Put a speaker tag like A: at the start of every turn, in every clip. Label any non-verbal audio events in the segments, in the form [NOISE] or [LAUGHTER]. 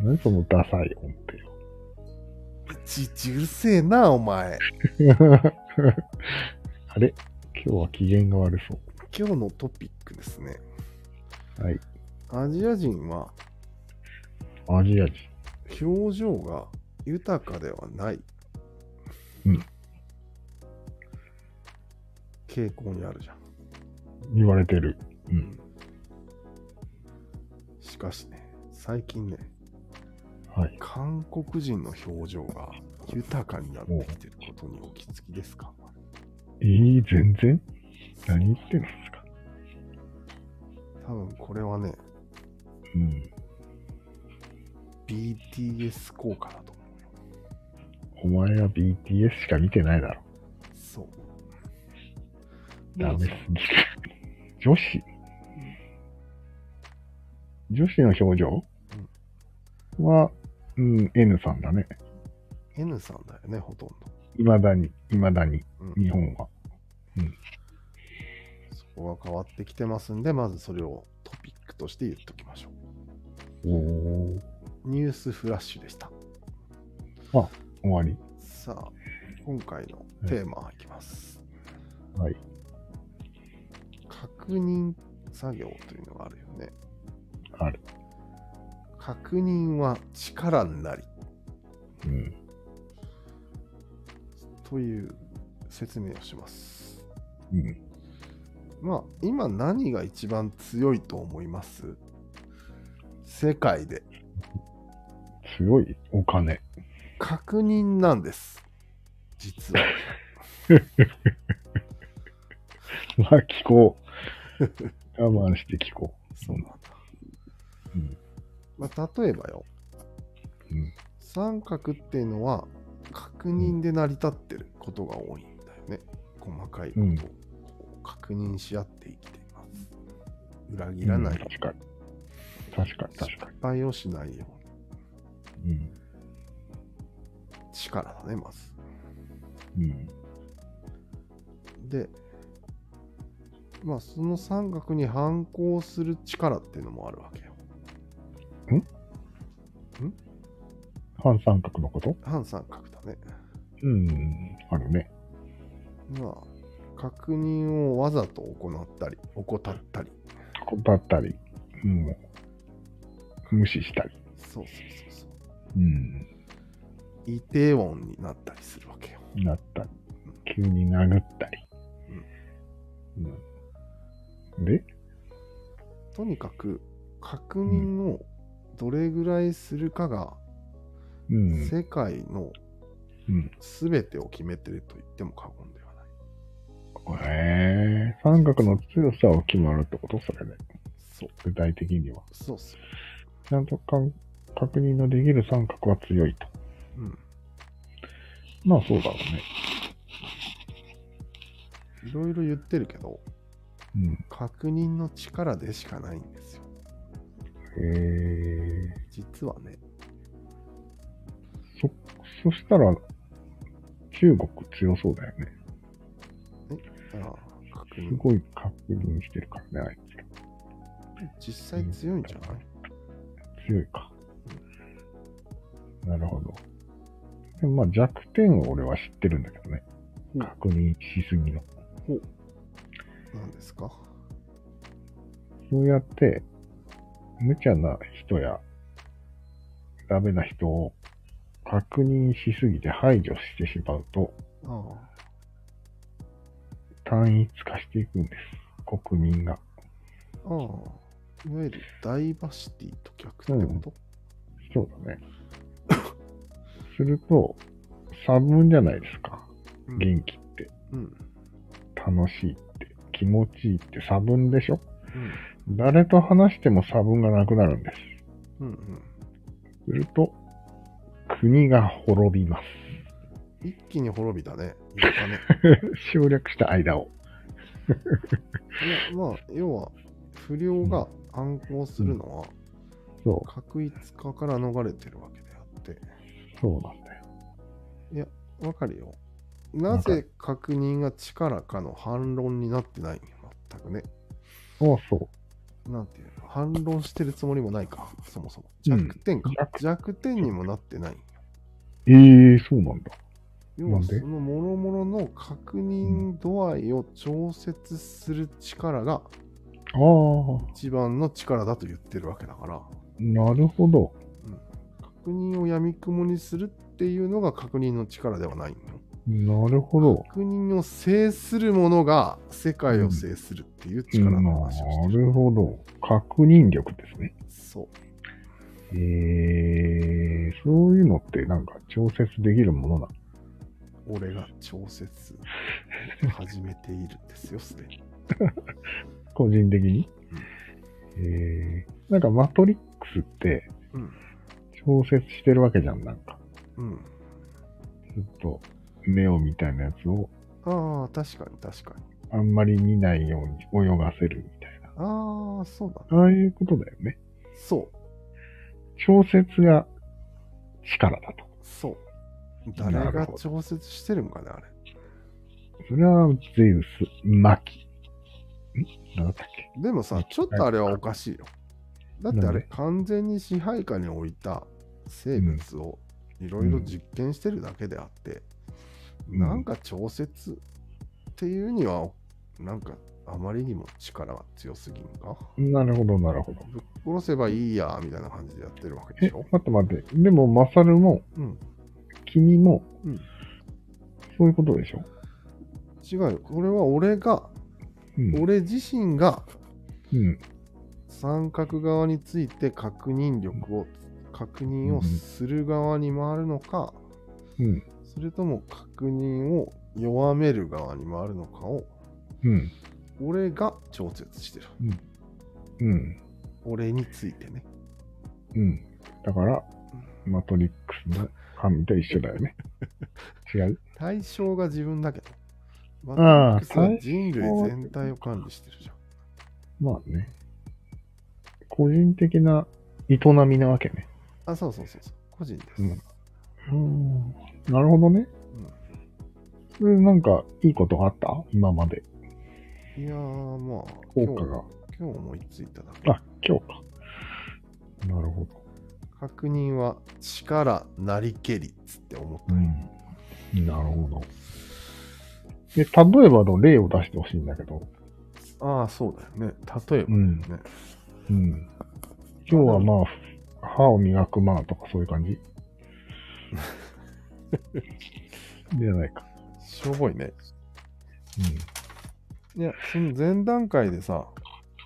A: 何そのダサい音程。
B: いちいちうるせえな、お前。
A: あれ今日は機嫌が悪そう。
B: 今日のトピックですね。
A: はい。
B: アジア人は
A: アジア人。
B: 表情が豊かではない。
A: うん。
B: 傾向にあるじゃん。
A: 言われてる。う
B: しかしね、最近ね、
A: はい。
B: 韓国人の表情が豊かになってきてることにお気づきですか
A: えー、全然何言ってんですか
B: 多分これはね、
A: うん。
B: BTS 効果だと思うよ。
A: お前は BTS しか見てないだろ。
B: そう。
A: ダメ
B: も
A: す
B: う
A: ぎる。女子女子の表情は、うん、N さんだね。
B: N さんだよね、ほとん
A: 未だに、未だに、
B: ど。うん
A: 日本は。
B: そこが変わってきてますんで、まずそれをトピックとして言っときましょ
A: おお。
B: う。ニュースフラッシュでした。
A: 終わり。
B: さあ、今回のテーマいきます。
A: はい。
B: 確認作業というのがあるよね。
A: ある。
B: 確認は力になり
A: うん。
B: という説明をします。
A: うん。
B: まあ、今何が一番強いと思います世界で
A: 強いお金。
B: 確認なんです。実は。
A: まあ、聞こ
B: [LAUGHS]
A: う。我慢して聞こ
B: そうなんだ。
A: うん
B: まあ、例えばよ、
A: うん
B: 三角っていうのは確認で成り立ってることが多いんだよね。細かいことを
A: うん
B: こう確認し合って生きています。裏
A: う。
B: 切らない、
A: うん確かに。確かに、確
B: 失
A: か
B: 敗をしないよ
A: に。う
B: う
A: ん。
B: に力だね、まず。
A: うん。
B: で、まあ、その三角に反抗する力っていうのもあるわけよ。
A: 半三角のこと
B: 反三角だね。
A: うん。あるね。
B: まあ、確認をわざと行ったり、怠ったり。
A: だったり、もう、無視したり。
B: そうそうそうそう。
A: うん。
B: イテウォンになったりするわけよ。
A: なったり。急に殴ったり。うん。で
B: とにかく、確認をどれぐらいするかが、
A: うん。
B: 世界の
A: うん。
B: 全てを決めてると言っても過言ではない。
A: へえ。三角の強さを決まるってことそれで。
B: そう、
A: 具体的には。
B: そうそう。
A: ちゃんとかん確認のできる三角は強いと。
B: うん。
A: まあそうだろうね。
B: いろいろ言ってるけど、
A: うん。
B: 確認の力でしかないんですよ。
A: へえ。
B: 実はね、
A: そ、そしたら、中国強そうだよね。
B: ああ確
A: す
B: 認、
A: ごい確認してるからね、あいつら。
B: 実際強いんじゃない
A: 強いか。なるほど。でもまあ弱点を俺は知ってるんだけどね。
B: うん
A: 確認しすぎの。
B: なんですか
A: そうやって、無茶な人や、ダメな人を確認しすぎて排除してしまうと、
B: ああ、
A: 単一化していくんです。国民が。
B: ああ、いわゆるダイバーシティと逆ってこと、
A: そうだね。すると、差分じゃないですか。
B: うん、
A: 元気って、
B: うん。うん。
A: 楽しいって、気持ちいいって差分でしょ誰と話しても差分がなくなるんです。
B: うん。うん。
A: すると、国が滅びます。 [LAUGHS]
B: 一気に滅びたね。言ったね [LAUGHS]
A: 省略した間を。
B: いやまあ、要は、不良が反抗するのは、
A: そ
B: 確一化から逃れてるわけであって、
A: う、そうなんだよ。
B: わかるよ。なぜ確認が力かの反論になってないんよ、全くね。
A: そうそう。
B: なんていうの反論してるつもりもないか、そもそも。弱点か。
A: 弱
B: 弱点にもなってない。
A: ええそうなんだ。
B: 要は
A: なん
B: そ
A: で
B: の諸々の確認度合いを調節する力が
A: ああ、
B: 一番の力だと言ってるわけだから、
A: なるほど。
B: 確認をやみくもにするっていうのが確認の力ではないの。
A: なるほど。
B: 確認を制するものが世界を制するっていう力
A: な
B: の話をしてる。
A: るほど。確認力ですね。
B: そう。
A: ええそういうのってなんか調節できるものなの
B: 俺が調節始めているんですよ、すでに。
A: 個人的に。ええなんかマトリックスって
B: うん。
A: 調節してるわけじゃん、なんか。
B: うん。
A: ずっとネオみたいなやつを
B: ああ、確かに確かに。
A: あんまり見ないように泳がせるみたいな。
B: ああ、そうだ。
A: ああいうことだよね。
B: そう。
A: 調節が力だと。
B: そう。
A: な
B: 誰
A: る
B: が
A: ほど
B: 調節してるんかね、あれ。
A: それはゼウス、マキ。んなんだったっけ
B: でもさ、ちょっとあれはおかしいよ。だってあ
A: なん
B: れ、
A: で
B: 完全に支配下に置いた生物をいろいろ実験してるだけであって、
A: うん
B: なんか調節っていうには、なんかあまりにも力が強すぎんか。
A: なるほど、なるほど。
B: ぶっ殺せばいいや、みたいな感じでやってるわけで
A: え、
B: しょ
A: 待。って待って。でも、マサルも、
B: うん。
A: 君も、
B: うん
A: そういうことでしょ、
B: 違うよ。これは俺が、
A: うん、
B: 俺自身が
A: うん。
B: 三角側について確認力を、確認をする側に回るのか、
A: うん。
B: それとも確認を弱める側に回るのかを
A: うん。
B: 俺が調節してる。
A: うん。
B: 俺についてね。
A: うん。だから、マトリックスの神と一緒だ
B: [LAUGHS]
A: よね。違う
B: 対象が自分だけど。
A: ああ
B: マトリックスは人類全体を管理してるじゃん。
A: まあね。個人的な営みなわけね。
B: あ、そうそうそうそう。個人です。
A: うんうん。なるほどね。うん、なんか、いいことあった今まで。
B: うんいやー、まあ、
A: 効
B: 今
A: 果
B: 日
A: が。
B: 今日思いついただけ。
A: あ、今日か。なるほど。
B: 確認は力なりけりっつって思った
A: う
B: よ、
A: ん。なるほど。で、例えばの例を出してほしいんだけど。
B: ああ、そうだよね。例えば、
A: ん
B: ね。
A: うん。今日はまあ、歯を磨くまあとかそういう感 [LAUGHS] じじゃないか。
B: しょぼいね。いや、その前段階でさ、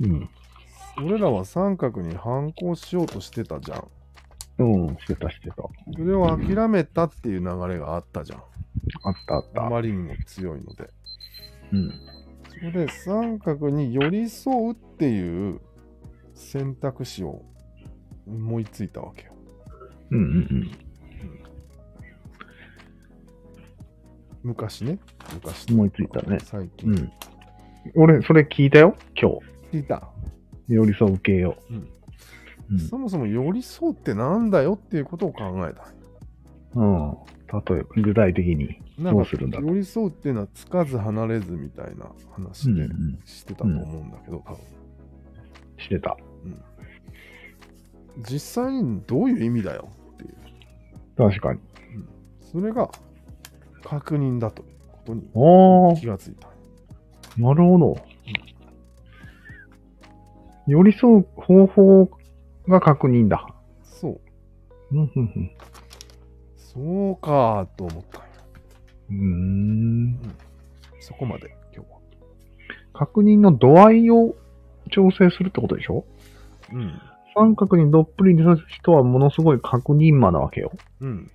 A: うん。
B: 俺らは三角に反抗しようとしてたじゃん。
A: うん。うん、してたしてた。
B: それを諦めたっていう流れがあったじゃん。
A: あったあっ
B: あ
A: た。
B: まりにも強いので。
A: うん。
B: そこで三角に寄り添うっていう選択肢を思いついたわけよ。
A: うんうん
B: 昔ね。昔
A: うん。思いついたね。
B: 最近。
A: うん。俺、それ聞いたよ今
B: 聞いた、
A: 日。寄り添う系を。
B: うん
A: うん。
B: そもそも寄り添うってなんだよっていうことを考えた。
A: うん。例えば、具体的に。
B: なん
A: ど
B: か
A: うするんだ
B: 寄り添うっていうのはつかず離れずみたいな話でしてたと思うんだけど、多分
A: してた。
B: 実際にどういう意味だよっていう。
A: 確かに。
B: それが確認だということに
A: あ
B: 気がついた。
A: あ、なるほど。寄り添う方法が確認だ。
B: そう。
A: うんうん
B: そうかと思ったんよ
A: うん。うーん。
B: そこまで今日は。
A: 確認の度合いを調整するってことでしょ
B: うん。
A: 三角にどっぷりに刺す人はものすごい確認魔なわけよ。
B: うん。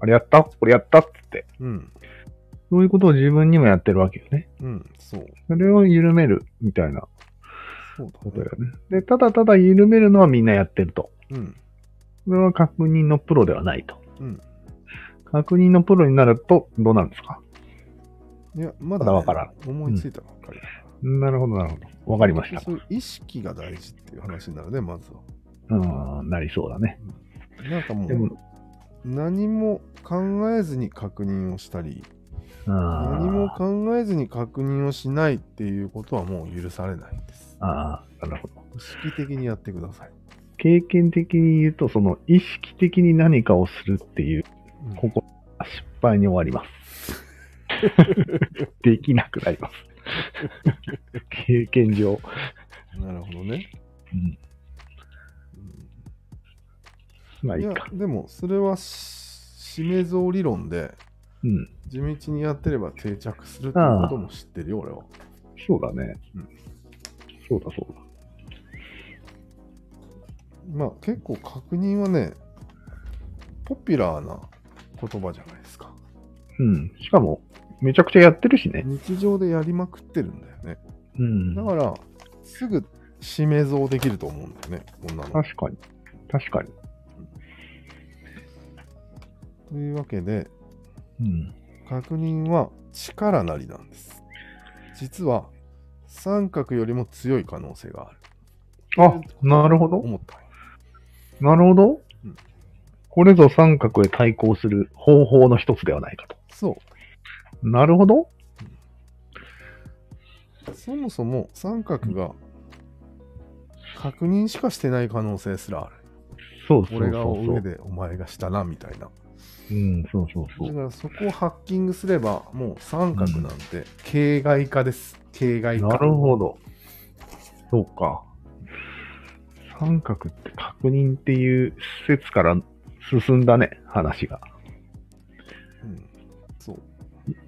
A: あれやったこれやったっつって。
B: うん。
A: そういうことを自分にもやってるわけよね。
B: うん。そう。
A: それを緩めるみたいな
B: そう
A: こと
B: だ
A: だ
B: ね
A: よ。ね。で、ただただ緩めるのはみんなやってると。
B: うん。
A: それは確認のプロではないと。
B: うん。
A: 確認のプロになるとどうなんですか
B: いや、まだ、
A: まだわから
B: 思いついたばっかりだから。
A: なるほど、なるほど。わかりました。
B: そういう意識が大事っていう話になるね、まずは。
A: うん、なりそうだね。
B: なんかも
A: で
B: う
A: も、
B: 何も考えずに確認をしたり、
A: あ
B: 何も
A: ー
B: 考えずに確認をしないっていうことはもう許されないんです。
A: あー、なるほど。
B: 意識的にやってください。
A: 経験的に言うと、その意識的に何かをするっていう、
B: うん
A: ここが失敗に終わります。 [LAUGHS] できなくなります。経験上。
B: なるほどね。
A: うん
B: うん
A: まあい
B: い
A: い
B: や
A: か。、
B: でもそれはし、しめ像理論で、
A: うん。
B: 地道にやってれば定着するっていうことも知ってるよ、俺は。
A: そうだね。
B: うん
A: そうだそうだ。
B: まあ結構確認はね、ポピュラーな言葉じゃないですか。
A: うん。しかも、めちゃくちゃやってるしね。
B: 日常でやりまくってるんだよね。
A: うん。
B: だから、すぐ指名像できると思うんだよね、こんなの。
A: 確かに。確かに。
B: というわけで、
A: うん。
B: 確認は力なりなんです。実は、三角よりも強い可能性がある。
A: あ、なるほど。
B: 思った。
A: なるほど
B: うん。
A: これぞ三角へ対抗する方法の一つではないかと。
B: そう。
A: なるほど。
B: そもそも三角が確認しかしてない可能性すらある。
A: そうそうそうそう。
B: 俺が上でお前が下なみたいな。
A: うん、そうそうそ
B: だ
A: う。
B: からそこをハッキングすればもう三角なんて形骸化です。形骸化。
A: なるほど。そうか。三角って確認っていう説から進んだね、話が。
B: うん。そう。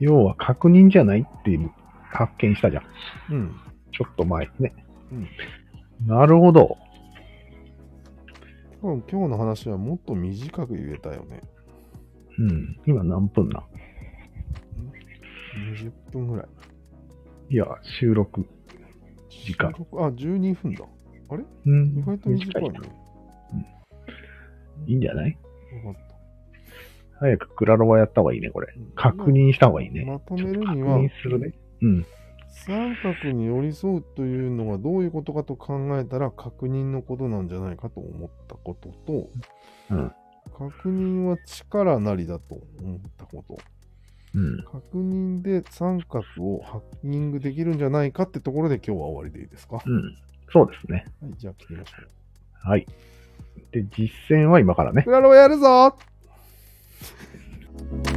A: 要は確認じゃないっていう発見したじゃん。
B: うん。
A: ちょっと前にね。
B: うん
A: なるほど。
B: 多分今日の話はもっと短く言えたよね。
A: うん。今何分なん
B: 20分ぐらい。
A: いや、収録。時間
B: あ、12分だ。
A: うん。
B: 意外と短いね。
A: ないいんじゃない
B: わかった
A: 早くクラロワやった方がいいね、これ。
B: うん
A: 確認した方がいいね。
B: まと
A: ち
B: め
A: ょっ
B: る
A: と確
B: には
A: 認、するね。うん。
B: 三角に寄り添うというのがどういうことかと考えたら確認のことなんじゃないかと思ったことと、
A: うん
B: 確認は力なりだと思ったこと
A: うん。
B: 確認で三角をハッキングできるんじゃないかってところで今日は終わりでいいですか、は
A: うん。そうですね。
B: い、じゃあ聞きましょう
A: はい。で、実践は今からね
B: ク。ラロワやるぞー